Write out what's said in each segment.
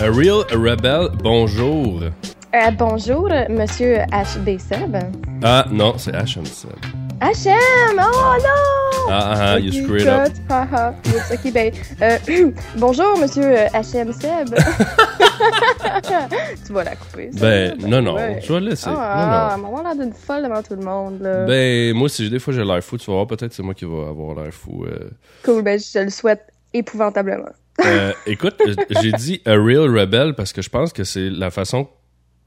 A Real Rebel, bonjour. Euh, bonjour, monsieur HB Seb. Ah non, c'est H Seb. HM! Oh non! Ah ah ah, you screwed up. Cut, haha. Oups, ok, ben. euh, bonjour, monsieur euh, HM Seb. tu vas la couper. ça. Ben non non, ouais. je vais le laisser. Ah, euh, Non, elle m'a l'air d'une folle devant tout le monde, là. non. Ben moi si des fois j'ai l'air fou, tu vas voir peut-être c'est moi qui va avoir l'air fou. euh. Cool, ben, je te le souhaite épouvantablement. Euh, écoute, euh, j'ai dit a real rebel parce que je pense que c'est la façon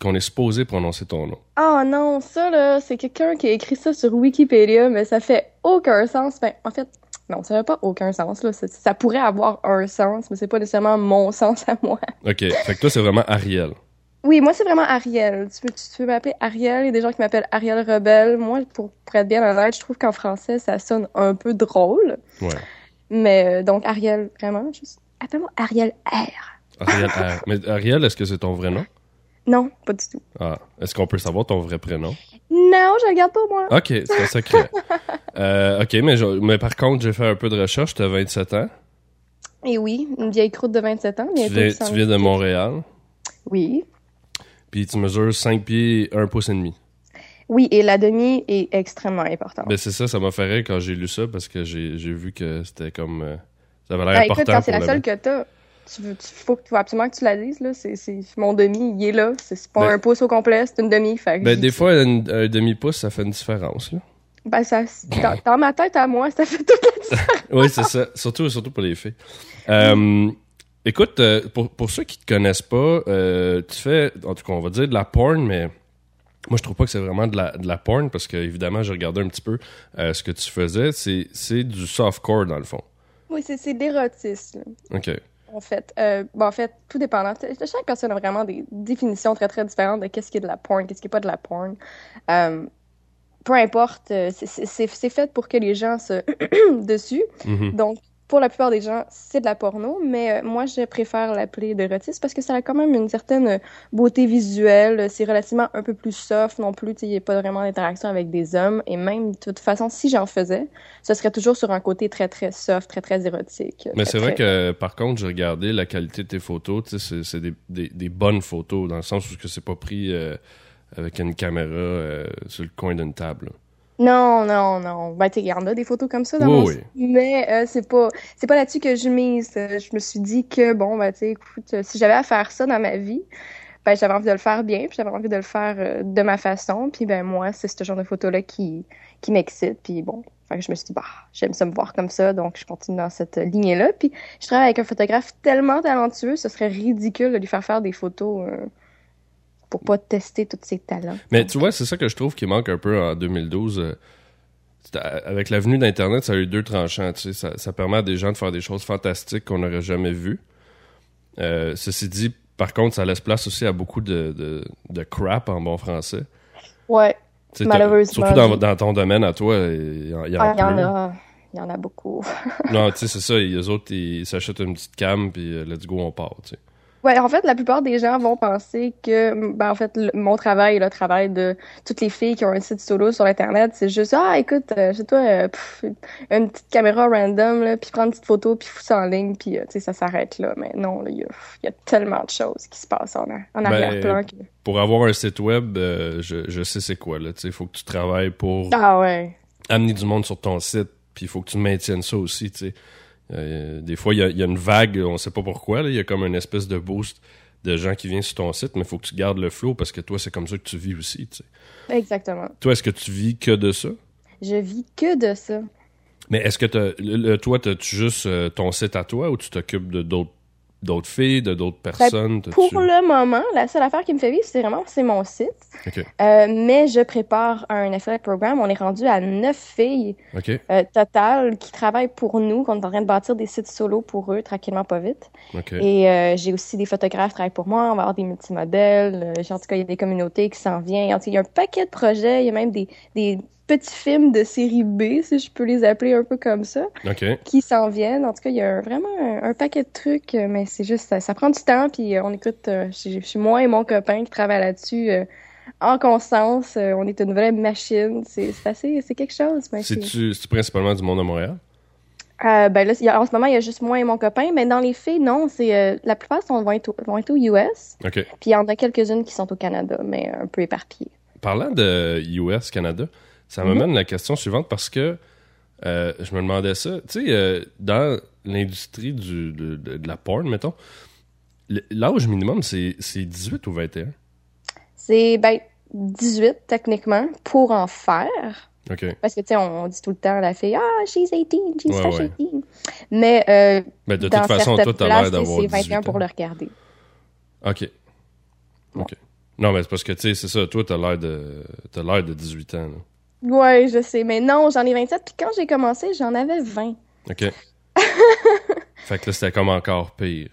qu'on est supposé prononcer ton nom. Oh non, ça, là, c'est quelqu'un qui a écrit ça sur Wikipédia, mais ça fait aucun sens. Ben, en fait, non, ça n'a pas aucun sens, là. Ça, ça pourrait avoir un sens, mais c'est pas nécessairement mon sens à moi. OK, fait que toi c'est vraiment Ariel. Oui, moi, c'est vraiment Ariel. Tu peux, tu peux m'appeler Ariel. Il y a des gens qui m'appellent Ariel Rebelle. Moi, pour, pour être bien honnête, je trouve qu'en français, ça sonne un peu drôle. Ouais. Mais euh, donc, Ariel, vraiment, juste... Appelle-moi Ariel R. Ariel R. Mais Ariel, est-ce que c'est ton vrai nom Non, pas du tout. Ah, est-ce qu'on peut savoir ton vrai prénom Non, je le garde pas, moi. OK, c'est un secret. Euh, OK, mais, je- mais par contre, j'ai fait un peu de recherche, tu as 27 ans. Et oui, une vieille croûte de 27 ans, Tu bientôt viens, 100. tu viens de Montréal, Oui. puis tu mesures 5 pieds 1 pouce et demi. Oui, et la demi est extrêmement importante. Ben c'est ça, ça m'a fait rire quand j'ai lu ça parce que j'ai j'ai vu que c'était comme euh, ça avait l'air Ah, important écoute, quand c'est pour la seule le- que t'as, tu veux, tu, faut, que- faut absolument que tu la lises, là. C'est, c'est, mon demi, il est là. C'est, c'est pas Ben- un pouce au complet, c'est une demi. Fait que Ben je- des fois une- un demi pouce ça fait une différence. Là. Ben, ça, dans, dans ma tête à moi, ça fait toute la différence. oui c'est ça, surtout surtout pour les filles. Euh, écoute, euh, pour, pour ceux qui te connaissent pas, euh, tu fais en tout cas on va dire de la porn, mais moi je trouve pas que c'est vraiment de la de la porn parce que évidemment j'ai regardé un petit peu euh, ce que tu faisais, c'est c'est du softcore dans le fond. Oui, c'est, c'est l'érotisme, Ok. en fait. Euh, bon, en fait, tout dépendant. Tu sais, Chaque personne a vraiment des définitions très, très différentes de qu'est-ce qui est de la porn, qu'est-ce qui est pas de la porn. Euh, peu importe, euh, c'est, c'est, c'est- c'est fait pour que les gens se dessus. Mhm. Donc, pour la plupart des gens, c'est de la porno, mais euh, moi, je préfère l'appeler d'érotisme parce que ça a quand même une certaine euh, beauté visuelle. C'est relativement un peu plus soft non plus. tu sais, Il n'y a pas vraiment d'interaction avec des hommes. Et même, de toute façon, si j'en faisais, ce serait toujours sur un côté très, très soft, très, très érotique. Mais Très, c'est vrai très- que, par contre, j'ai regardé la qualité de tes photos. tu sais, C'est c'est des, des- des bonnes photos, dans le sens où ce que c'est pas pris euh, avec une caméra euh, sur le coin d'une table. Non, non, non. Ben, tu sais, il y en a des photos comme ça dans Oui, mon oui. site, Mais euh, c'est pas, c'est pas là-dessus que je mise. Euh, Je me suis dit que, bon, ben, tu sais, écoute, euh, si j'avais à faire ça dans ma vie, ben, j'avais envie de le faire bien, puis j'avais envie de le faire euh, de ma façon. Puis, ben, moi, c'est ce genre de photos-là qui, qui m'excite. Puis, bon, fait que je me suis dit, bah, j'aime ça me voir comme ça, donc je continue dans cette euh, lignée-là. Puis, je travaille avec un photographe tellement talentueux, ce serait ridicule de lui faire faire des photos euh, pour pas tester tous ses talents. Mais tu vois, c'est ça que je trouve qui manque un peu en 2012. euh, c'est à- avec l'avenue d'Internet, ça a eu deux tranchants. tu sais, ça, ça permet à des gens de faire des choses fantastiques qu'on n'aurait jamais vues. Euh, ceci dit, par contre, ça laisse place aussi à beaucoup de, de, de crap en bon français. Ouais. Tu sais, t'as- Malheureusement, Surtout dans, oui. dans ton domaine à toi, il y en, il y en Ah, il y en pleut. a, il y en a beaucoup. Non, tu sais, c'est ça. Les autres, ils s'achètent une petite cam, puis euh, let's go, on part, tu sais. Ouais, en fait, la plupart des gens vont penser que, ben, en fait, le- mon travail et le travail de toutes les filles qui ont un site solo sur Internet, c'est juste, ah, écoute, euh, chez toi, euh, pff, une petite caméra random, là, puis prendre une petite photo, puis foutre ça en ligne, puis, euh, tu sais, ça s'arrête là. Mais non, là, il y, a- il y a tellement de choses qui se passent en, a- en Ben, arrière-plan. que- Pour avoir un site web, euh, je, je sais c'est quoi, là. Tu sais, il faut que tu travailles pour Ah ouais. amener du monde sur ton site, puis il faut que tu maintiennes ça aussi, tu sais. Euh, des fois, il y a, il y a une vague, on sait pas pourquoi, là. Il y a comme une espèce de boost de gens qui viennent sur ton site, mais il faut que tu gardes le flow parce que toi, c'est comme ça que tu vis aussi, tu sais. Exactement. Toi, est-ce que tu vis que de ça? Je vis que de ça. Mais est-ce que t'as- le, le- toi, t'as-tu juste euh, ton site à toi ou tu t'occupes de d'autres d'autres filles, de d'autres personnes? t'as-tu- Ben, Pour le moment, la seule affaire qui me fait vivre, c'est vraiment c'est mon site. Ok. Euh, mais je prépare un affiliate programme. On est rendu à neuf filles OK. euh, totales qui travaillent pour nous, qu'on est en train de bâtir des sites solo pour eux, tranquillement, pas vite. OK. Et euh, j'ai aussi des photographes qui travaillent pour moi. On va avoir des multimodèles. Euh, en tout cas, il y a des communautés qui s'en viennent. En tout cas, il y a un paquet de projets. Il y a même des, des petits films de série B, si je peux les appeler un peu comme ça, OK. qui s'en viennent. En tout cas, il y a un- vraiment un, un paquet de trucs, euh, mais c'est juste, ça, ça prend du temps, puis euh, on écoute, euh, j'ai- je suis moi et mon copain qui travaillent là-dessus euh, en conscience. euh, on est une vraie machine. C'est c'est assez, c'est quelque chose. mais c'est- C'est-tu c'est-tu principalement du monde à Montréal? Euh, ben là, il y a- en ce moment, il y a juste moi et mon copain, mais dans les faits, non, c'est euh, la plupart sont, vont, être au, vont être aux US, OK. puis il y en a quelques-unes qui sont au Canada, mais un peu éparpillées. Parlant de US, Canada, ça Mhm. m'amène à la question suivante parce que euh, je me demandais ça. Tu sais, euh, dans l'industrie du- de, de- de la porn, mettons, l- l'âge minimum, c'est c'est 18 ou 21. C'est, ben, 18 techniquement pour en faire. OK. Parce que, tu sais, on, on dit tout le temps à la fille, ah, she's 18, she's Ouais, fresh ouais. 18. Mais euh, Mais Ben, de dans toute façon, certaines toi, t'as l'air places, d'avoir hein. c'est 18 21 ans. pour le regarder. OK. OK. Non, mais c'est parce que, tu sais, c'est ça. Toi, t'as l'air de, t'as l'air de 18 ans. là. Ouais, je sais, mais non, j'en ai 27, puis quand j'ai commencé, j'en avais 20. OK. fait que là, c'était comme encore pire.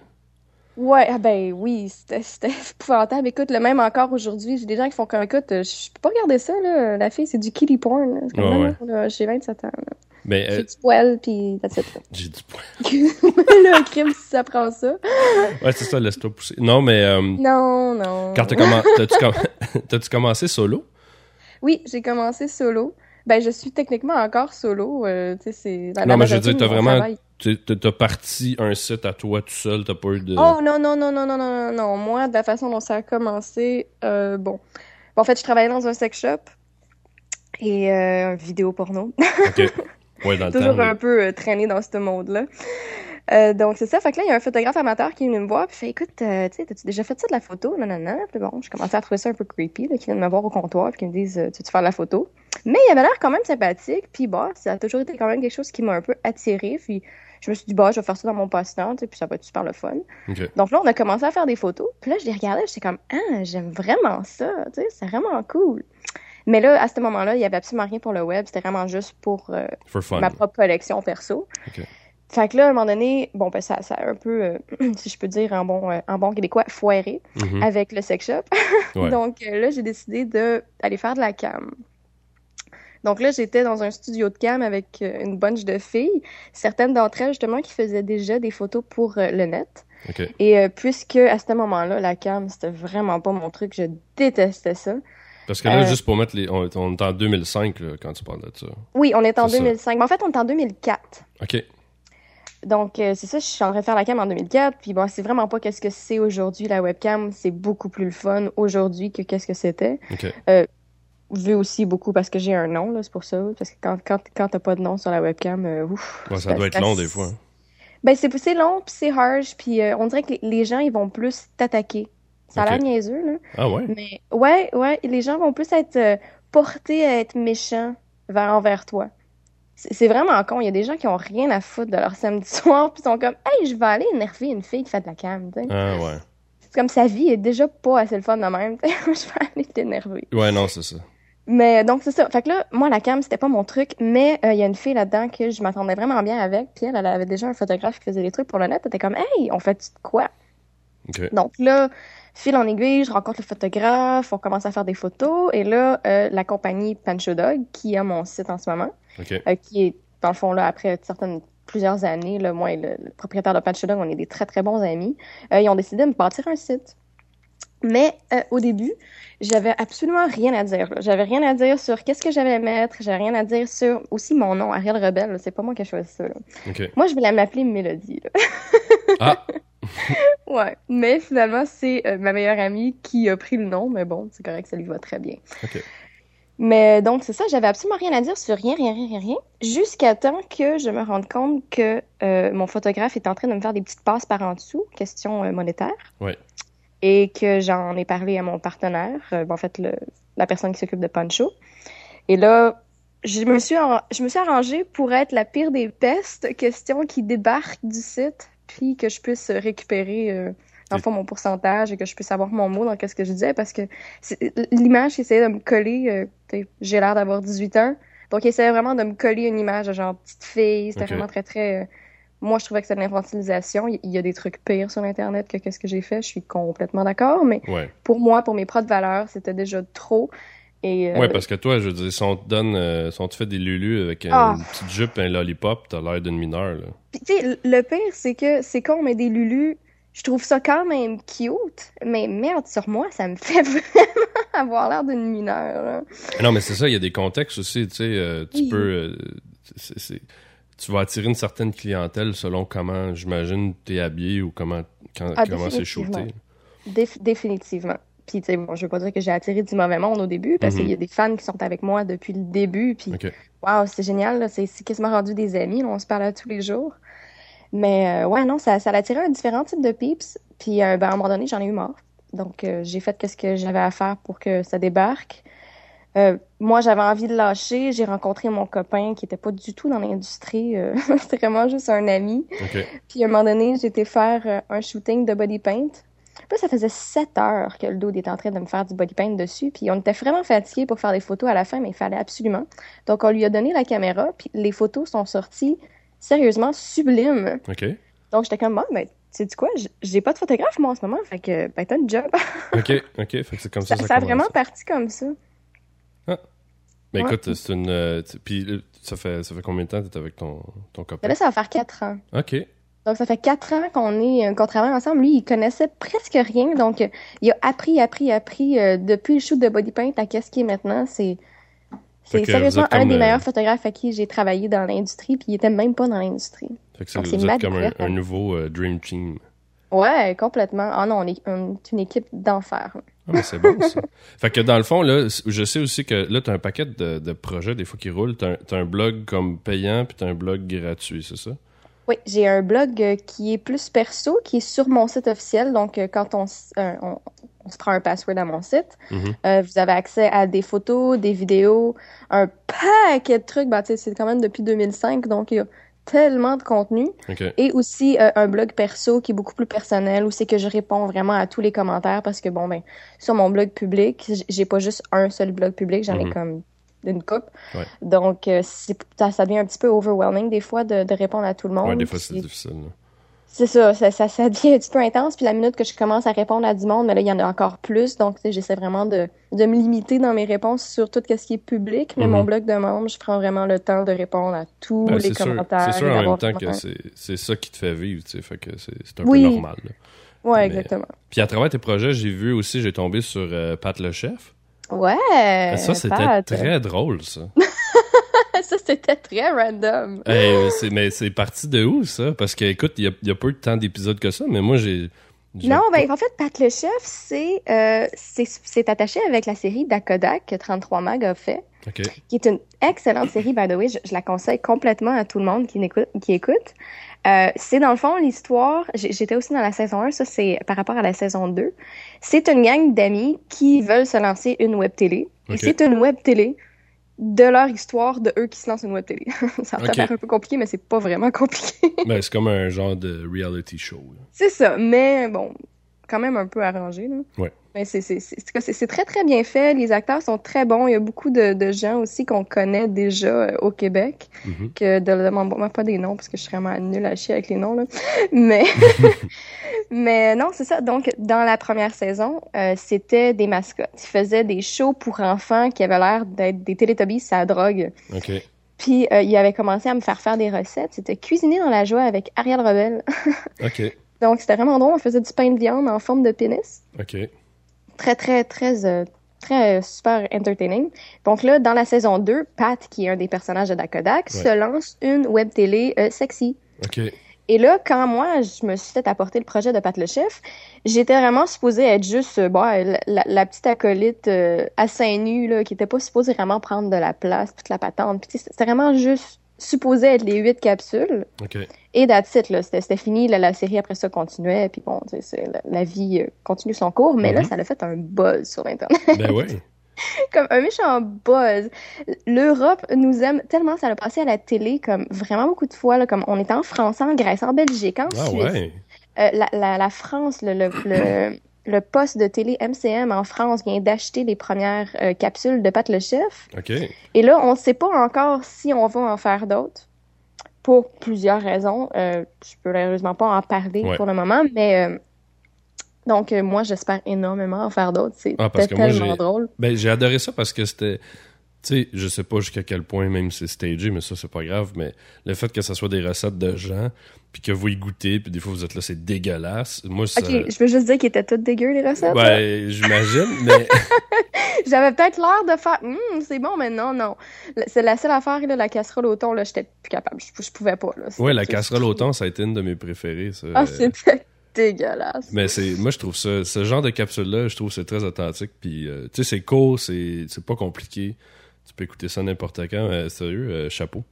Ouais, ah ben oui, c'était c'était épouvantable. Écoute, le même encore aujourd'hui, j'ai des gens qui font comme, écoute, euh, je peux pas regarder ça, là. La fille, c'est du kiddie porn. là. C'est comme, Ouais, non, ouais. non, là, j'ai 27 ans. là. Mais euh, J'ai du poil, puis that's it. j'ai du poids. là, crime, si ça prend ça. Ouais, c'est ça, laisse-toi pousser. Non, mais euh, Non, non. quand t'as commen- t'as-tu comm- t'as-tu commencé solo? Oui, j'ai commencé solo. Ben, je suis techniquement encore solo. euh, tu sais, c'est la- la Non, mais je veux majorité dire, t'as de mon vraiment- travail. Tu- T'as t'as parti un site à toi tout seul, t'as pas eu de. Oh non, non, non, non, non, non, non, non. Moi, de la façon dont ça a commencé, euh, bon. En fait, je travaillais dans un sex shop et euh, vidéo porno. Ok. Ouais, dans le temps. Toujours oui. un peu euh, traîné dans ce monde-là. Euh, donc, c'est ça. Fait que là, il y a un photographe amateur qui est venu me voir. Puis, il fait Écoute, euh, tu sais, t'as-tu déjà fait ça de la photo Non, non, non. Puis, bon, je commençais à trouver ça un peu creepy. Là, qui viennent me voir au comptoir. Puis, qui me disent euh, Tu veux faire de la photo Mais il avait l'air quand même sympathique. Puis, bah, ça a toujours été quand même quelque chose qui m'a un peu attirée. Puis, je me suis dit Bah, je vais faire ça dans mon passe-temps. tu sais, Puis, ça va être super le fun. Ok. Donc là, on a commencé à faire des photos. Puis là, je les regardais, j'étais comme Ah, j'aime vraiment ça, tu sais, c'est vraiment cool. Mais là, à ce moment-là, il n'y avait absolument rien pour le web, c'était vraiment juste pour euh, For fun. ma propre collection perso. Ok. Fait que là, à un moment donné, bon, ben, ça, ça a un peu, euh, si je peux dire en bon, euh, en bon québécois, foiré Mhm. avec le sex shop. Ouais. Donc euh, là, j'ai décidé d'aller faire de la cam. Donc là, j'étais dans un studio de cam avec euh, une bunch de filles, certaines d'entre elles justement qui faisaient déjà des photos pour euh, le net. Ok. Et euh, puisque à ce moment-là, la cam, c'était vraiment pas mon truc, je détestais ça. Parce que là, Euh, juste pour mettre les. On, on est en 2005 là, quand tu parles de ça. Oui, on est en C'est ça. 2005. Mais en fait, on est en 2004. Ok. Donc, euh, c'est ça, je suis en train de faire la cam en 2004. Puis bon, c'est vraiment pas qu'est-ce que c'est aujourd'hui, la webcam. C'est beaucoup plus le fun aujourd'hui que qu'est-ce que c'était. Ok. Vu aussi beaucoup parce que j'ai un nom, là, c'est pour ça. Parce que quand, quand, quand t'as pas de nom sur la webcam, euh, ouf. Ouais, ça c'est- doit être c'est long assez- des fois. hein. Ben, c'est c'est long, puis c'est harsh. Puis euh, on dirait que les- les gens, ils vont plus t'attaquer. Ça a Ok. l'air niaiseux, là. Ah ouais? Mais ouais, ouais, les gens vont plus être euh, portés à être méchants vers envers toi. C'est c'est vraiment con. Il y a des gens qui ont rien à foutre de leur samedi soir, puis sont comme, hey, je vais aller énerver une fille qui fait de la cam. tu sais. Ah ouais. C'est comme sa vie est déjà pas assez le fun de même. tu sais. je vais aller t'énerver. Ouais, non, c'est ça. Mais donc c'est ça. Fait que là, moi la cam c'était pas mon truc, mais euh, il y a une fille là-dedans que je m'entendais vraiment bien avec. Puis elle, elle avait déjà un photographe qui faisait des trucs pour le net. Elle était comme, hey, on fait de quoi? Ok. Donc là, fil en aiguille, je rencontre le photographe, on commence à faire des photos, et là, euh, la compagnie Pancho Dog, qui a mon site en ce moment, Ok. euh, qui est, dans le fond, là, après certaines plusieurs années, là, moi et le, le propriétaire de Pancho Dog, on est des très, très bons amis, euh, ils ont décidé de me bâtir un site. Mais euh, au début, j'avais absolument rien à dire. là. J'avais rien à dire sur qu'est-ce que j'allais mettre, j'avais rien à dire sur aussi mon nom, Ariel Rebelle, là, c'est pas moi qui ai choisi ça. là. Ok. Moi, je voulais m'appeler Mélodie. là. Ah! Ouais, mais finalement, c'est euh, ma meilleure amie qui a pris le nom, mais bon, c'est correct, ça lui va très bien. Ok. Mais euh, donc, c'est ça, j'avais absolument rien à dire sur rien, rien, rien, rien, rien, jusqu'à temps que je me rende compte que euh, mon photographe est en train de me faire des petites passes par en dessous, question euh, monétaire. Ouais. Et que j'en ai parlé à mon partenaire, euh, bon, en fait, le- la personne qui s'occupe de Pancho. Et là, je me, suis en- je me suis arrangée pour être la pire des pestes, question qui débarque du site, puis que je puisse récupérer, euh, dans le fond, mon pourcentage et que je puisse avoir mon mot dans qu'est-ce que je disais, parce que c'est- l'image qui essayait de me coller, euh, t'sais, j'ai l'air d'avoir 18 ans, donc il essayait vraiment de me coller une image de genre petite fille, c'était Ok. vraiment très, très... euh, moi, je trouvais que c'était de l'infantilisation. Il y a des trucs pires sur Internet que qu'est-ce que j'ai fait. Je suis complètement d'accord, mais Ouais. pour moi, pour mes propres valeurs, c'était déjà trop. Et, euh, Ouais, parce que toi, je veux dire, si on te donne, euh, si on te fait des lulus avec euh, Ah. une petite jupe et un lollipop, t'as l'air d'une mineure, là. Puis, tu sais, le pire, c'est que c'est con, mais des Lulu, je trouve ça quand même cute, mais merde, sur moi, ça me fait vraiment avoir l'air d'une mineure. hein. Mais Non, mais c'est ça, il y a des contextes aussi, tu sais, euh, tu Oui. peux... euh, c'est- c'est- tu vas attirer une certaine clientèle selon comment, j'imagine, t'es habillé ou comment, quand- Ah, comment c'est shooté. définitivement. Déf- définitivement. Puis, tu sais, bon, je veux pas dire que j'ai attiré du mauvais monde au début, parce qu'il y a des fans qui sont avec moi depuis le début, puis OK. waouh, c'est génial, là, c'est c'est quasiment rendu des amis, là, on se parle à tous les jours. Mais euh, ouais, non, ça, ça l'attirait un différent type de peeps, puis euh, ben, à un moment donné, j'en ai eu marre. Donc, euh, j'ai fait quest ce que j'avais à faire pour que ça débarque. Euh, moi, j'avais envie de lâcher. J'ai rencontré mon copain qui était pas du tout dans l'industrie. euh, C'était vraiment juste un ami. OK. Puis à un moment donné, j'étais faire euh, un shooting de body paint. Puis Là, ça faisait 7 heures que le dude était en train de me faire du body paint dessus. Puis on était vraiment fatigués pour faire des photos à la fin, mais il fallait absolument. Donc on lui a donné la caméra, puis les photos sont sorties sérieusement sublimes. OK. Donc j'étais comme, ah, ben, tu sais quoi, j- j'ai pas de photographe moi en ce moment, fait que, ben, t'as une job. OK. OK. Fait que c'est comme ça, Ça, ça, ça a commence. vraiment parti comme ça. Mais Ouais. écoute, c'est une... euh, tu- puis euh, ça fait, ça fait combien de temps que t'es avec ton, ton Mais copain? là, ça va faire 4 ans. OK. Donc, ça fait quatre ans qu'on est, euh, qu'on travaille ensemble. Lui, il connaissait presque rien. Donc, euh, il a appris, appris, appris euh, depuis le shoot de Body Paint à qu'est-ce qu'il est maintenant. C'est, Fait c'est que sérieusement vous êtes un comme, des euh, meilleurs photographes à qui j'ai travaillé dans l'industrie. Puis, il était même pas dans l'industrie. Fait que c'est- Donc, c'est hein. vous êtes Matt comme un, Brett. un nouveau euh, Dream Team. Ouais, complètement. Ah non, on est, on est une équipe d'enfer. Ah, mais c'est bon, ça. fait que dans le fond, là, c- je sais aussi que là, t'as un paquet de, de projets, des fois, qui roulent. T'as un, t'as un blog comme payant, puis t'as un blog gratuit, c'est ça? Oui, j'ai un blog euh, qui est plus perso, qui est sur mon site officiel. Donc, euh, quand on, s- euh, on, on se prend un password à mon site, Mhm. euh, vous avez accès à des photos, des vidéos, un paquet de trucs. Ben, tu sais, c'est quand même depuis 2005, donc il y a tellement de contenu. OK. Et aussi euh, un blog perso qui est beaucoup plus personnel, où c'est que je réponds vraiment à tous les commentaires parce que, bon, ben, sur mon blog public, j- j'ai pas juste un seul blog public, j'en Mhm. ai comme une coupe. Ouais. Donc, euh, c'est- ça, ça devient un petit peu overwhelming des fois de, de répondre à tout le monde. Ouais, des fois, c'est Puis- difficile. là. c'est ça, ça, ça, ça devient un petit peu intense. Puis la minute que je commence à répondre à du monde, mais là, il y en a encore plus. Donc, tu sais, j'essaie vraiment de, de me limiter dans mes réponses sur tout ce qui est public. Mais Mhm. mon blog de membre, je prends vraiment le temps de répondre à tous Ben, les c'est sûr, commentaires. c'est sûr en même d'avoir temps que vraiment- c'est c'est ça qui te fait vivre, tu sais. Fait que c'est c'est un Oui. peu normal. là. Ouais, mais- exactement. Puis à travers tes projets, j'ai vu aussi, j'ai tombé sur euh, Pat le chef. Ben, Ouais. ça, c'était Pat. très drôle, ça. ça, c'était très random. Hey, mais c'est- mais c'est parti de où, ça? Parce que, écoute, il y a, il y a pas eu tant d'épisodes que ça, mais moi, j'ai. j'ai- Non, ben, en fait, Pat le chef, c'est euh, c'est c'est attaché avec la série Dakodak que 33 Mag a fait. OK. qui est une excellente série, by the way, je, je la conseille complètement à tout le monde qui, n'écoute- qui écoute. Euh, c'est dans le fond l'histoire, j'ai- j'étais aussi dans la saison 1, ça c'est par rapport à la saison 2. C'est une gang d'amis qui veulent se lancer une web télé. Ok. Et c'est une web télé de leur histoire de eux qui se lancent une web télé. ça peut Ok. paraît un peu compliqué, mais c'est pas vraiment compliqué. Ben, c'est comme un genre de reality show. là. C'est ça, mais bon, quand même un peu arrangé, là. Ouais. Mais c'est c'est- c'est- en tout cas, c'est- c'est très, très bien fait. Les acteurs sont très bons. Il y a beaucoup de, de gens aussi qu'on connaît déjà euh, au Québec. Mhm. Que de, de- bon, moi, pas des noms, parce que je suis vraiment nulle à chier avec les noms, là. Mais, mais euh, non, c'est ça. Donc, dans la première saison, euh, c'était des mascottes. Ils faisaient des shows pour enfants qui avaient l'air d'être des Teletubbies, ça drogue. OK. Puis, euh, il avait commencé à me faire faire des recettes. C'était cuisiner dans la joie avec Ariel Rebelle. OK. Donc, c'était vraiment drôle. On faisait du pain de viande en forme de pénis. OK. Très, très, très, euh, très euh, super entertaining. Donc là, dans la saison 2, Pat, qui est un des personnages de Dakodak, Ouais. se lance une web télé euh, sexy. OK. Et là, quand moi, je me suis fait apporter le projet de Pat le Chef, j'étais vraiment supposée être juste euh, bon, la, la- la petite acolyte euh, à seins nus, là, qui était pas supposée vraiment prendre de la place, toute la patente. Puis tu sais, c'était vraiment juste supposé être les huit capsules. OK. Et that's it, là. C'était, c'était fini. La, la série, après ça, continuait. Puis bon, tu sais, c'est- la, la vie euh, continue son cours. Mais là, Mhm. ça a fait un buzz sur Internet. Ben ouais. comme un méchant buzz. L'Europe nous aime tellement. Ça l'a passé à la télé, comme vraiment beaucoup de fois. Là, comme on était en France, en Grèce, en Belgique, en Ah Suisse. ouais. Euh, la, la, la France, le, le, le, le poste de télé MCM en France vient d'acheter les premières euh, capsules de Pat le Chef. OK. Et là, on ne sait pas encore si on va en faire d'autres pour plusieurs raisons. Euh, je peux malheureusement pas en parler Ouais. pour le moment, mais euh, Donc, euh, moi, j'espère énormément en faire d'autres. C'est Ah, parce que moi, tellement j'ai- drôle. Ben, j'ai adoré ça parce que c'était. Tu sais, je sais pas jusqu'à quel point même c'est stagé, mais ça, c'est pas grave. Mais le fait que ça soit des recettes de gens, puis que vous y goûtez, puis des fois vous êtes là, c'est dégueulasse. Moi, ça. OK, je veux juste dire qu'ils étaient toutes dégueux, les recettes. là. Ben, j'imagine, mais J'avais peut-être l'air de faire Hum, c'est bon, mais non, non. La- C'est la seule affaire, là, la casserole au thon, là, j'étais plus capable. Je, je pouvais pas. Là. C'était- ouais, la casserole au thon, ça a été une de mes préférées. ça. Ah, c'était dégueulasse. Euh, Mais c'est, moi, je trouve ça, ce genre de capsule-là, je trouve que c'est très authentique. Puis, euh, tu sais, c'est court, c'est, c'est pas compliqué. Tu peux écouter ça n'importe quand. euh, sérieux, euh, chapeau.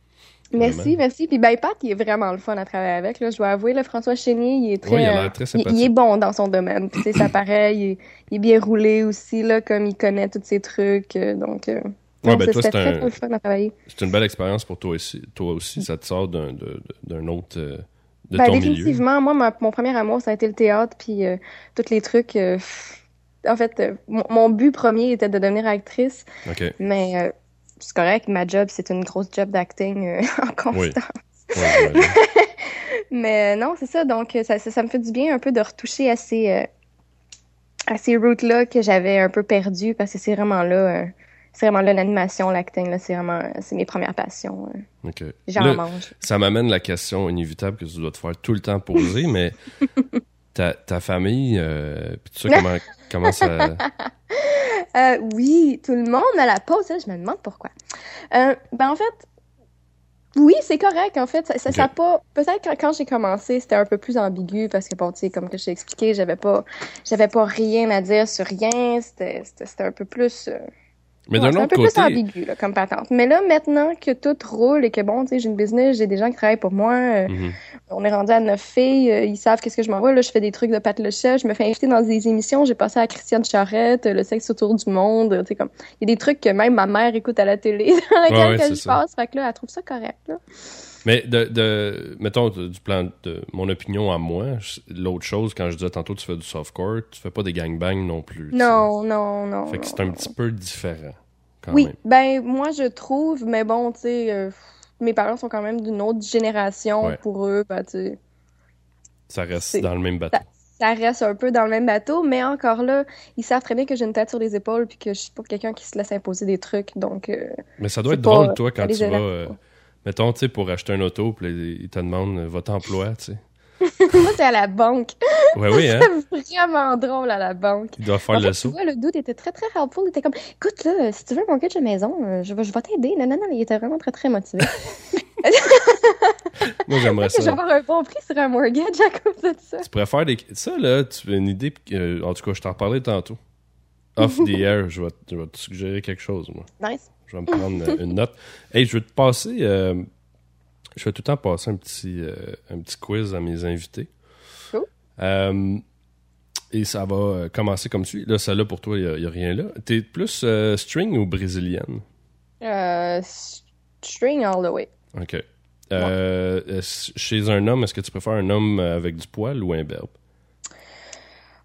Merci, Vraiment. merci. Puis ben, Pat, il est vraiment le fun à travailler avec. Là. Je dois avouer, le François Chénier, il est très, Ouais, il a euh, l'air très il, sympathique. il est bon dans son domaine. Puis, tu sais, ça paraît, il est, il est bien roulé aussi, là, comme il connaît tous ses trucs. euh, donc, euh, Ouais, non, ben, ça, c'était toi, c'est très, un- très le fun à travailler. C'est une belle expérience pour toi aussi. Toi aussi, ça te sort d'un, de- d'un autre. euh, de Ben, ton milieu. définitivement, moi, ma- mon premier amour, ça a été le théâtre, puis euh, tous les trucs. euh, pff, en fait, euh, mon- mon but premier était de devenir actrice, OK. mais euh, c'est correct, ma job, c'est une grosse job d'acting euh, en constant. Oui. Ouais, ouais, ouais. Mais euh, non, c'est ça. Donc, ça, ça, ça me fait du bien un peu de retoucher à ces, euh, à ces routes-là que j'avais un peu perdues parce que c'est vraiment là, euh, c'est vraiment là l'animation, l'acting, là, c'est vraiment, euh, c'est mes premières passions. euh. OK. J'en Là, mange. ça m'amène la question inévitable que tu dois te faire tout le temps poser, mais ta, ta famille, euh, pis tout ça, comment, comment ça. Euh, oui, tout le monde à la pause, hein, je me demande pourquoi. Euh, ben, en fait, oui, c'est correct. En fait, ça, ça, Ok. ça a pas. Peut-être que quand j'ai commencé, c'était un peu plus ambigu parce que, bon, tu sais, comme que je t'ai expliqué, j'avais pas, j'avais pas rien à dire sur rien. C'était, c'était, c'était un peu plus. euh, Mais Ouais, d'un c'est autre un peu plus côté, ambigu là, comme patente. Mais là, maintenant que tout roule et que, bon, tu sais, j'ai une business, j'ai des gens qui travaillent pour moi, euh, Mhm. on est rendu à neuf filles, euh, ils savent qu'est-ce que je m'envoie. Là, je fais des trucs de Pat le Chef, je me fais inviter dans des émissions, j'ai passé à Christiane Charrette, euh, Le sexe autour du monde, euh, tu sais, comme... Il y a des trucs que même ma mère écoute à la télé dans laquelle Ouais, ouais, que c'est je ça. passe. Fait que là, elle trouve ça correct, là. Mais de, de mettons de- du plan de mon opinion à moi, je- l'autre chose quand je disais tantôt tu fais du softcore, tu fais pas des gangbangs non plus. tu Non, non, sais. non. Fait que non, c'est un non. petit peu différent quand Oui, même. ben moi je trouve, mais bon, tu sais, euh, mes parents sont quand même d'une autre génération. Ouais. Pour eux, ben, tu sais, Ça reste C'est- dans le même bateau. ça reste un peu dans le même bateau, mais encore là, ils savent très bien que j'ai une tête sur les épaules puis que je suis pas quelqu'un qui se laisse imposer des trucs. Donc, euh, Mais ça doit c'est être pas- drôle toi quand les tu vas élèves, euh, quoi. mettons tu sais pour acheter un auto puis là, ils te demandent euh, votre emploi, tu sais. moi, c'est à la banque. Ouais oui hein. C'est vraiment drôle à la banque. Ils doivent faire En fait, le tu saut. vois, le doute était très, très helpful. Il était comme, écoute, là, si tu veux mon de maison, euh, je vais, je vais t'aider. Non, non, non, il était vraiment très, très motivé. Moi j'aimerais Je vais ça. avoir un bon prix sur un mortgage à cause de ça. Tu pourrais faire des ça là, tu as une idée puis que- en tout cas je t'en parlais tantôt. Off the air, je vais te- je vais te suggérer quelque chose moi. Nice. Je vais me prendre euh, une note. Hey, je vais te passer. euh, je vais tout le temps passer un petit, euh, un petit quiz à mes invités. Cool. Euh, et ça va euh, commencer comme suit. Là, ça là pour toi, il n'y a, rien là. T'es plus euh, string ou brésilienne? Euh, string all the way. OK. Euh, est-ce- Chez un homme, est-ce que tu préfères un homme euh, avec du poil ou un berbe?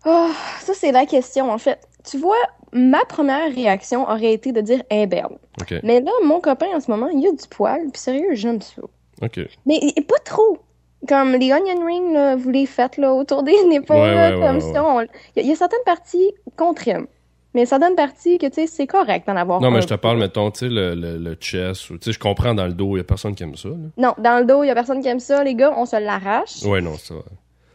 Ah, ça, c'est la question, en fait. Tu vois, ma première réaction aurait été de dire eh, ben, imberbe. OK. Mais là, mon copain, en ce moment, il a du poil, puis sérieux, j'aime ça. OK. Mais il- il- pas trop. Comme les onion rings, là, vous les faites là, autour des épaules, Ouais, là, ouais, ouais, comme ouais, ça. on- Il y, a- il y a certaines parties qu'on trim. Mais il y a certaines parties que, tu sais, c'est correct d'en avoir Non, mais un. je te parle, mettons, tu sais, le, le, le chest. ou- Tu sais, je comprends dans le dos, il n'y a personne qui aime ça. là. Non, dans le dos, il y a personne qui aime ça, les gars, on se l'arrache. Ouais, non, ça.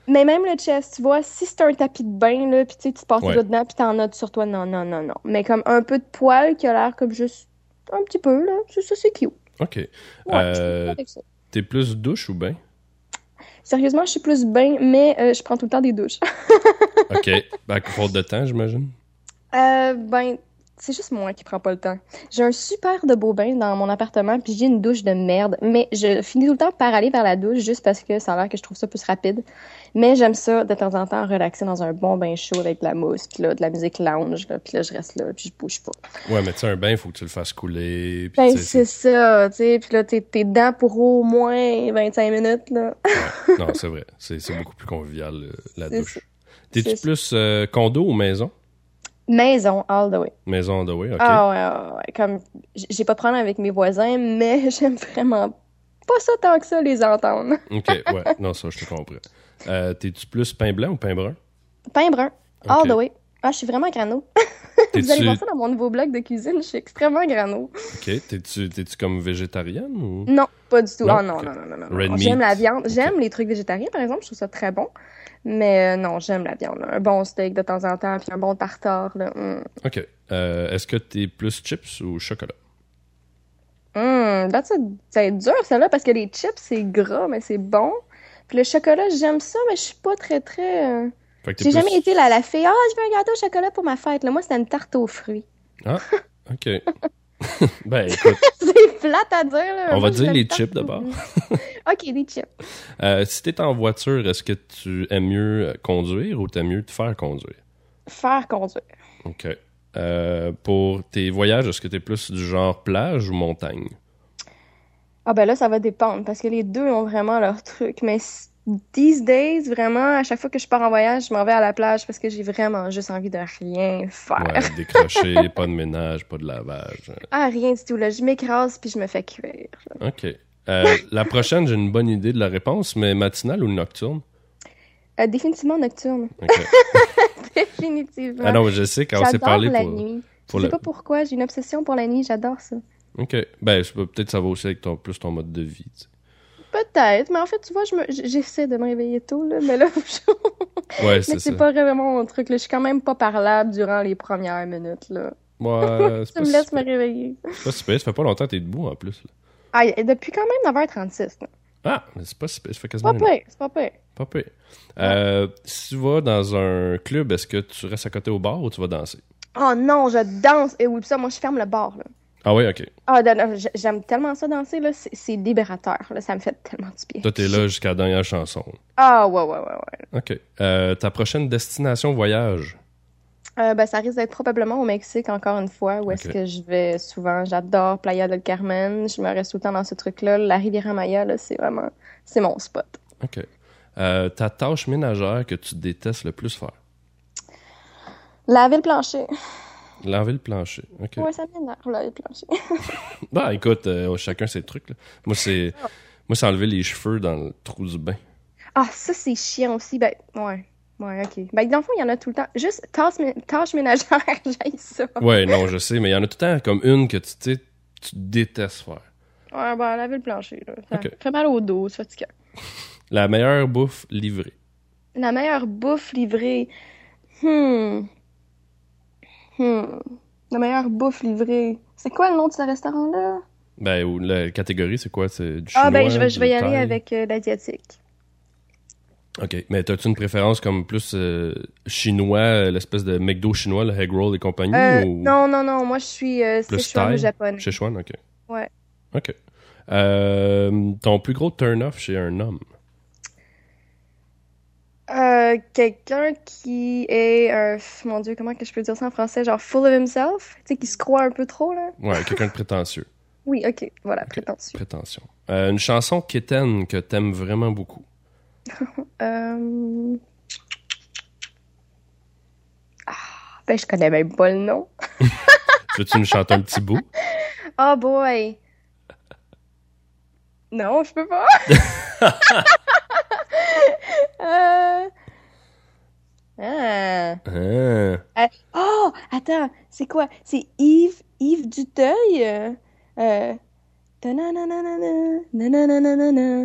Mais même le chest, tu vois, si c'est un tapis de bain, là, puis tu sais, tu te passes Ouais. là dedans, puis t'en as sur toi, non, non, non, non. Mais comme un peu de poil qui a l'air comme juste un petit peu, là, ça, ça, c'est cute. OK. Ouais, je suis Euh, d'accord avec ça. T'es plus douche ou bain? Sérieusement, je suis plus bain, mais euh, je prends tout le temps des douches. OK. Ben, faute de temps, j'imagine. Euh, ben, c'est juste moi qui prends pas le temps. J'ai un super de beau bain dans mon appartement, puis j'ai une douche de merde, mais je finis tout le temps par aller vers la douche juste parce que ça a l'air que je trouve ça plus rapide. Mais j'aime ça de temps en temps relaxer dans un bon bain chaud avec de la mousse, puis là, de la musique lounge, là, puis là, je reste là, puis je bouge pas. Ouais, mais tu sais, un bain, il faut que tu le fasses couler. puis Ben, tu c'est sais, ça, tu sais, puis là, t'es t'es dedans pour au moins 25 minutes, là. c'est- Non, c'est vrai. C'est c'est beaucoup plus convivial, euh, la C'est douche. ça. T'es-tu C'est ça. plus euh, condo ou maison? Maison, all the way. Maison on the way, OK. Ah ouais, ouais, ouais, comme j- j'ai pas de problème avec mes voisins, mais j'aime vraiment pas ça tant que ça les entendre. OK, ouais. Non, ça, je te comprends. Euh, T'es-tu plus pain blanc ou pain brun? Pain brun. Ah All the way. Ah, je suis vraiment grano. Vous allez voir ça dans mon nouveau blog de cuisine, je suis extrêmement grano. OK. T'es-tu t'es-tu comme végétarienne ou. Non, pas du tout. Non? Ah non, Ok. non, non, non, non, Red non. J'aime meat. la viande. J'aime les trucs végétariens, par exemple, je trouve ça très bon. Mais euh, non, j'aime la viande. Un bon steak de temps en temps, puis un bon tartare. Là. Mm. OK. Euh, Est-ce que t'es plus chips ou chocolat? Mm. Ben, ça, ça va être dur, celle-là, parce que les chips, c'est gras, mais c'est bon. Puis le chocolat, j'aime ça, mais je suis pas très, très... euh, Fait que t'es J'ai plus- jamais été là, la fille, ah, je veux un gâteau au chocolat pour ma fête. Là, moi, c'était une tarte aux fruits. OK. ben, écoute, c'est plate à dire, là. on Moi, va je dire fais les une tarte chips aux d'abord. fruits. OK, des chips. Euh, si t'es en voiture, est-ce que tu aimes mieux euh, conduire ou t'aimes mieux te faire conduire? Faire conduire. OK. Euh, pour tes voyages, est-ce que t'es plus du genre plage ou montagne? Ah ben là, ça va dépendre parce que les deux ont vraiment leur truc. Mais s- these days, vraiment, à chaque fois que je pars en voyage, je m'en vais à la plage parce que j'ai vraiment juste envie de rien faire. Ouais, décrocher, pas de ménage, pas de lavage. Ah, rien du tout, là. Je m'écrase puis je me fais cuire. OK. Euh, la prochaine, j'ai une bonne idée de la réponse, mais matinale ou nocturne? Euh, définitivement nocturne. OK. Définitivement. Ah non, je sais quand on s'est J'adore parlé la pour... nuit. pour je sais la- pas pourquoi, j'ai une obsession pour la nuit, j'adore ça. OK. Ben, je peux- peut-être ça va aussi avec ton, plus ton mode de vie. tu sais. Peut-être, mais en fait, tu vois, je me... j- j'essaie de me réveiller tôt, là, mais là, je- Ouais, mais c'est ça. c'est pas vraiment mon truc, là. Je suis quand même pas parlable durant les premières minutes, là. Ouais, Euh, c'est Tu pas me si laisses me pire. réveiller. C'est pas si pire. Ça fait pas longtemps que t'es debout, en plus. là. Ah, et depuis quand même 9h36. là. Ah, mais c'est pas si pire. Ça fait C'est quasiment... pas une heure. pire, c'est pas pire. Pas pire. Euh, si tu vas dans un club, est-ce que tu restes à côté au bar ou tu vas danser? Oh non, je danse. Et oui, puis ça, moi, je ferme le bar. Là. Ah oui, OK. Ah, non, non, j- j'aime tellement ça danser, là. C'est, c'est libérateur, là. Ça me fait tellement du bien. Toi, t'es là jusqu'à la dernière chanson. Ah, ouais, ouais, ouais, ouais. OK. Euh, ta prochaine destination voyage? Euh, ben, ça risque d'être probablement au Mexique, encore une fois, où est-ce Ok. que je vais souvent. J'adore Playa del Carmen. Je me reste tout le temps dans ce truc-là. La Riviera Maya, là, c'est vraiment... C'est mon spot. OK. Euh, ta tâche ménagère que tu détestes le plus faire? Laver le plancher. Laver le plancher. OK. Ouais, ça m'énerve, laver le plancher. Bah écoute, euh, chacun ses trucs. là. Moi, c'est moi, c'est enlever les cheveux dans le trou du bain. Ah, ça, c'est chiant aussi. Ben, ouais. Ouais, OK. Ben, dans le fond, il y en a tout le temps. Juste tâche, mé- tâche ménagère, j'aille ça. Ouais, non, je sais, mais il y en a tout le temps comme une que tu tu sais, tu détestes faire. Ouais, ben, laver le plancher, là. Ça Ok. fait mal au dos, c'est fatigant. La meilleure bouffe livrée. La meilleure bouffe livrée. Hmm. Hmm. La meilleure bouffe livrée. C'est quoi le nom de ce restaurant-là? Ben, ou la catégorie, c'est quoi? C'est du chinois, Ah, ben, je vais, je vais y du aller thaï? avec euh, l'asiatique. OK. Mais t'as-tu une préférence comme plus euh, chinois, euh, l'espèce de McDo chinois, le egg roll et compagnie? Euh, ou... Non, non, non. Moi, je suis euh, Plus Sichuan ou thaï, japonais. Sichuan, OK. Ouais. OK. Euh, ton plus gros turn-off chez un homme? Euh, quelqu'un qui est un... pff, Mon Dieu, comment que je peux dire ça en français? Genre full of himself? Tu sais, qui se croit un peu trop, là? Ouais, quelqu'un de prétentieux. Oui, OK. Voilà, prétentieux. Prétention. Euh, une chanson quétaine que t'aimes vraiment beaucoup. Euh... Ah, ben, je connais même pas le nom. Veux-tu nous chanter un petit bout? Oh boy! Non, je peux pas! Euh, ah. Ah. Euh, Oh! Attends, c'est quoi? C'est Yves, Yves Duteuil? euh, euh, ta-na-na-na-na-na, na-na-na-na-na,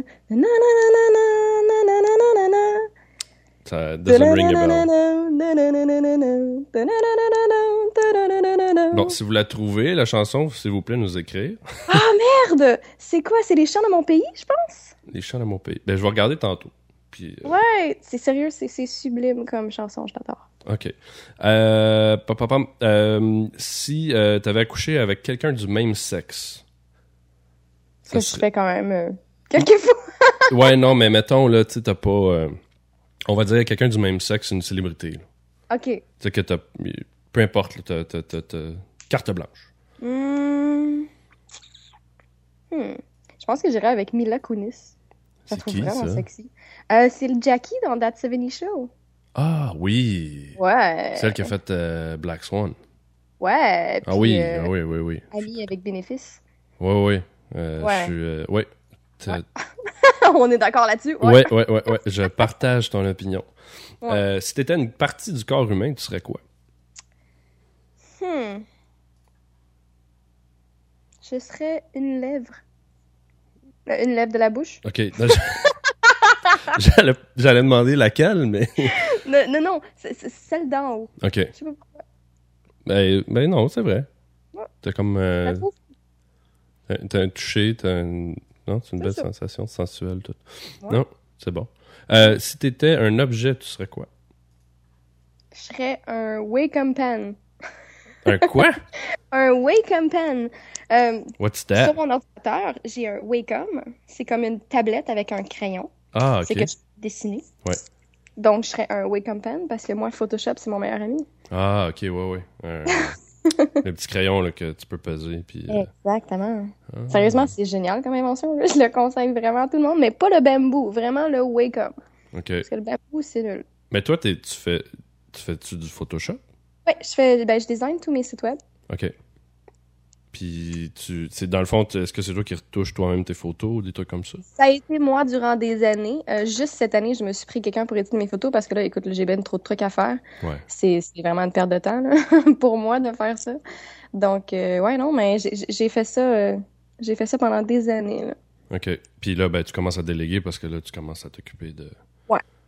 na-na-na-na-na-na-na-na-na-na. Ça doesn't ring a bell. Ta-na-na-na-na-na, ta-na-na-na-na-na, ta-na-na-na-na-na. Bon, si vous la trouvez, la chanson, s'il vous plaît, nous écrire. Merde! C'est quoi? C'est les chants de mon pays, je pense? Les chants de mon pays. Ben, je vais regarder tantôt. Puis, euh, Ouais! C'est sérieux, c'est c'est sublime comme chanson, je t'adore. OK. Euh, pam, pam, pam. Euh, si euh, t'avais accouché avec quelqu'un du même sexe. Ce ça que je serait- fais quand même euh, quelques fois. Ouais, non, mais mettons, là, tu sais, t'as pas. euh, On va dire quelqu'un du même sexe, une célébrité. là. Ok. Tu sais, que t'as. Peu importe, là, t'as- t'as- t'as- t'as- Carte blanche. Hmm. Hmm. Je pense que j'irai avec Mila Kunis. Je la C'est trouve qui, vraiment ça? sexy. Euh, c'est le Jackie dans That 70 Show. Ah, oui! Ouais. Celle qui a fait euh, Black Swan. Ouais. Ah puis, oui, euh, ah oui, oui, oui. Ami avec bénéfice. Oui, oui. Euh, Ouais. Je suis. euh, ouais. T'as- On est d'accord là-dessus. Ouais, ouais, ouais, ouais, ouais. Je partage ton opinion. Ouais. Euh, si t'étais une partie du corps humain, tu serais quoi? Hmm. Je serais une lèvre. Euh, Une lèvre de la bouche? Ok. non, je- J'allais j'allais demander laquelle, mais. Non, non, non, c'est c'est celle d'en haut. Ok. Je sais pas pourquoi. Ben, ben non, c'est vrai. Ouais. T'as comme. Je euh, la trouve- T'as t'as un toucher, t'as une... Non, c'est une C'est belle ça. sensation sensuelle, tout. Ouais. Non, c'est bon. Euh, si t'étais un objet, tu serais quoi? Je serais un Wacom Pen. Un quoi? Un Wacom Pen! Euh, What's that? Sur mon ordinateur, j'ai un Wacom. C'est comme une tablette avec un crayon. Ah, C'est ok. que je peux dessiner. Ouais. Donc, je serais un Wacom Pen parce que moi, Photoshop, c'est mon meilleur ami. Ah, ok, ouais, ouais. Un- le petit crayon là, que tu peux peser. Puis, euh, Exactement. ah. Sérieusement, c'est génial comme invention. là. Je le conseille vraiment à tout le monde, mais pas le bambou, vraiment le Wacom. euh, Ok. Parce que le bambou, c'est nul. Mais toi, t'es- tu fais. Tu fais-tu du Photoshop? Ouais, je fais, ben, je design tous mes sites web. Ok. Puis, tu, c'est dans le fond, tu- est-ce que c'est toi qui retouches toi-même tes photos ou des trucs comme ça? Ça a été moi durant des années. Euh, juste cette année, je me suis pris quelqu'un pour éditer mes photos parce que là, écoute, là, j'ai bien trop de trucs à faire. Ouais. C'est c'est vraiment une perte de temps là, pour moi de faire ça. Donc, euh, ouais, non, mais j'ai- j'ai fait ça. euh, j'ai fait ça pendant des années. là. Ok. Puis là, ben, tu commences à déléguer parce que là, tu commences à t'occuper de.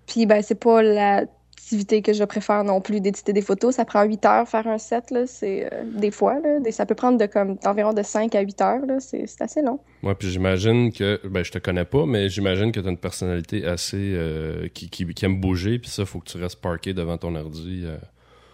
Puis, ben, c'est pas l'activité que je préfère non plus d'éditer des photos. Ça prend 8 heures faire un set, là. C'est euh, des fois, là. des- ça peut prendre de comme environ de 5 à 8 heures, là. C'est c'est assez long. Moi, puis j'imagine que, ben, je te connais pas, mais j'imagine que t'as une personnalité assez euh, qui, qui, qui aime bouger, puis ça, faut que tu restes parké devant ton ordi. euh.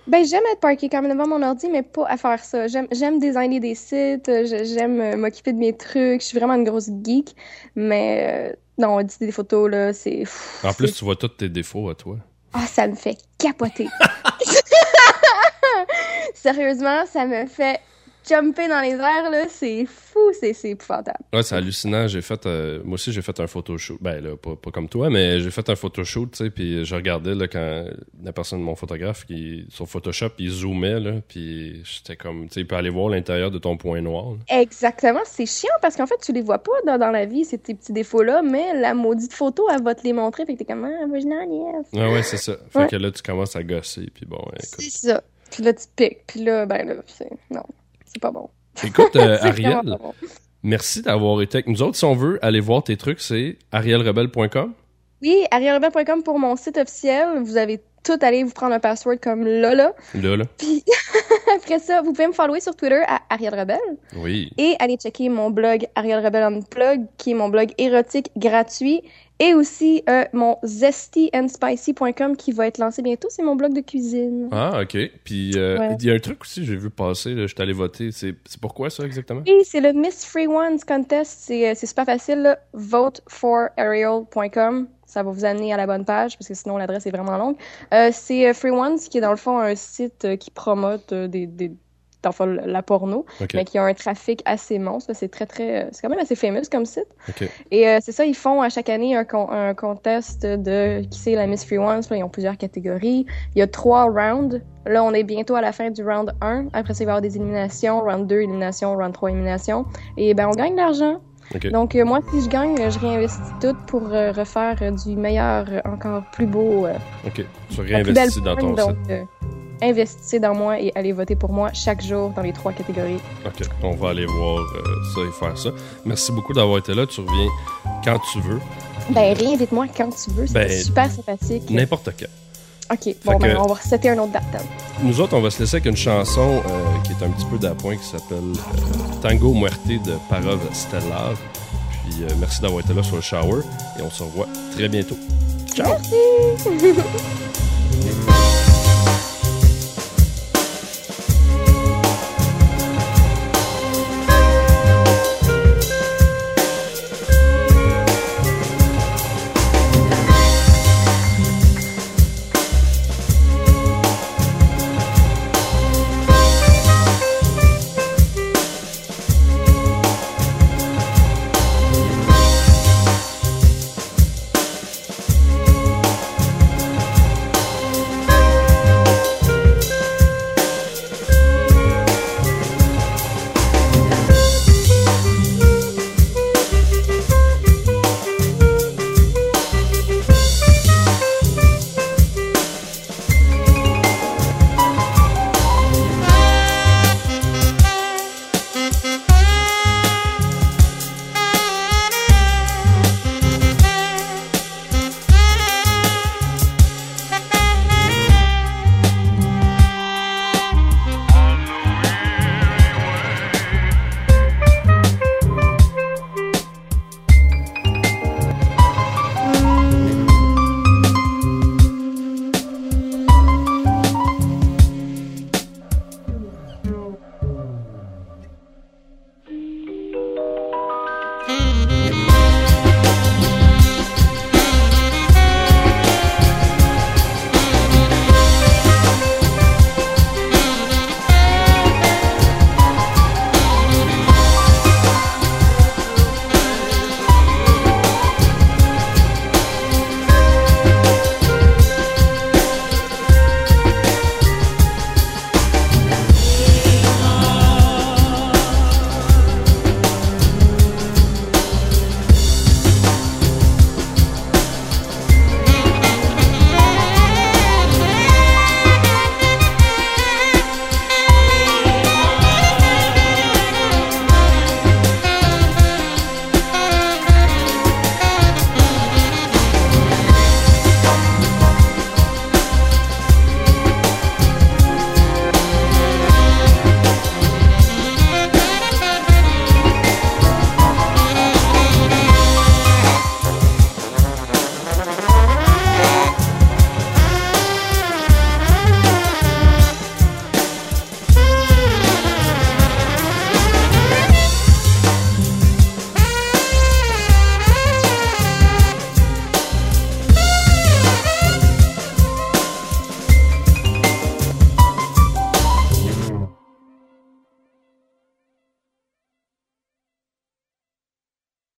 Ben, j'aime être parkée quand même devant mon ordi, mais pas à faire ça. J'aime, j'aime designer des sites, euh, je- j'aime euh, m'occuper de mes trucs. Je suis vraiment une grosse geek, mais euh, non, éditer des photos, là, c'est. pff, En plus, c'est- tu vois tous tes défauts à toi. Ah, ça me fait capoter. Sérieusement, ça me fait jumper dans les airs, là. C'est fou, c'est, c'est épouvantable. Ouais, c'est hallucinant. J'ai fait, euh, moi aussi, j'ai fait un photoshoot. Ben là, pas, pas comme toi, mais j'ai fait un photoshoot, tu sais, puis je regardais là quand la personne, mon photographe, qui sur Photoshop, il zoomait là, puis j'étais comme, tu sais, il peut aller voir l'intérieur de ton point noir. là. Exactement, c'est chiant parce qu'en fait, tu les vois pas dans, dans la vie, ces petits petits défauts-là, mais la maudite photo, elle va te les montrer, fait que t'es comme, ah, moi, je n'en ai Ah Ouais, ouais, c'est ça. Fait Ouais. que là, tu commences à gosser, puis bon, écoute. C'est ça. Puis là, tu piques. Puis là, ben là, c'est... Non, c'est pas bon. Écoute, euh, C'est vraiment Ariel. pas bon. Merci d'avoir été avec nous autres. Si on veut aller voir tes trucs, c'est arielrebel.com. Oui, arielrebel.com pour mon site officiel. Vous avez tout allé vous prendre un password comme Lola. Là, là. Puis après ça, vous pouvez me follower sur Twitter à Ariel Rebel Oui. et aller checker mon blog Ariel Rebel Unplug, qui est mon blog érotique gratuit. Et aussi euh, mon zestyanspicy.com qui va être lancé bientôt. C'est mon blog de cuisine. Ah, OK. Puis, euh, il Ouais. y a un truc aussi, j'ai vu passer, là, je suis allé voter. C'est c'est pourquoi ça exactement? Oui, c'est le Miss Free Ones Contest. C'est euh, c'est super facile. là. Voteforariel.com. Ça va vous amener à la bonne page parce que sinon l'adresse est vraiment longue. Euh, c'est euh, Free Ones qui est dans le fond un site euh, qui promote euh, des, des dans le fond, la porno, OK. mais qui a un trafic assez monstre. C'est très très, euh, c'est quand même assez fameux comme site. OK. Et euh, c'est ça, ils font à chaque année un, con- un contest de qui c'est la Miss Free Ones. Puis là, ils ont plusieurs catégories. Il y a trois rounds. Là, on est bientôt à la fin du round 1. Après ça, il va y avoir des éliminations. Round 2, élimination. Round 3, élimination. Et ben, on gagne de l'argent. OK. Donc, euh, moi, si je gagne, euh, je réinvestis tout pour euh, refaire euh, du meilleur, euh, encore plus beau. euh, OK. Tu la plus belle réinvestis dans ton pointe. Donc, euh, investissez dans moi et allez voter pour moi chaque jour dans les trois catégories. site. OK. On va aller voir euh, ça et faire ça. Merci beaucoup d'avoir été là. Tu reviens quand tu veux, Ben, réinvite-moi quand tu veux. C'était Ben, super sympathique. n'importe quand. Ok, bon, que- ben, on va resetter un autre date. hein. Nous autres, on va se laisser avec une chanson euh, qui est un petit peu d'appoint qui s'appelle euh, Tango Muerte de Parov Stellar. Puis euh, hein. merci d'avoir été là sur le shower et on se revoit très bientôt. Ciao! Merci!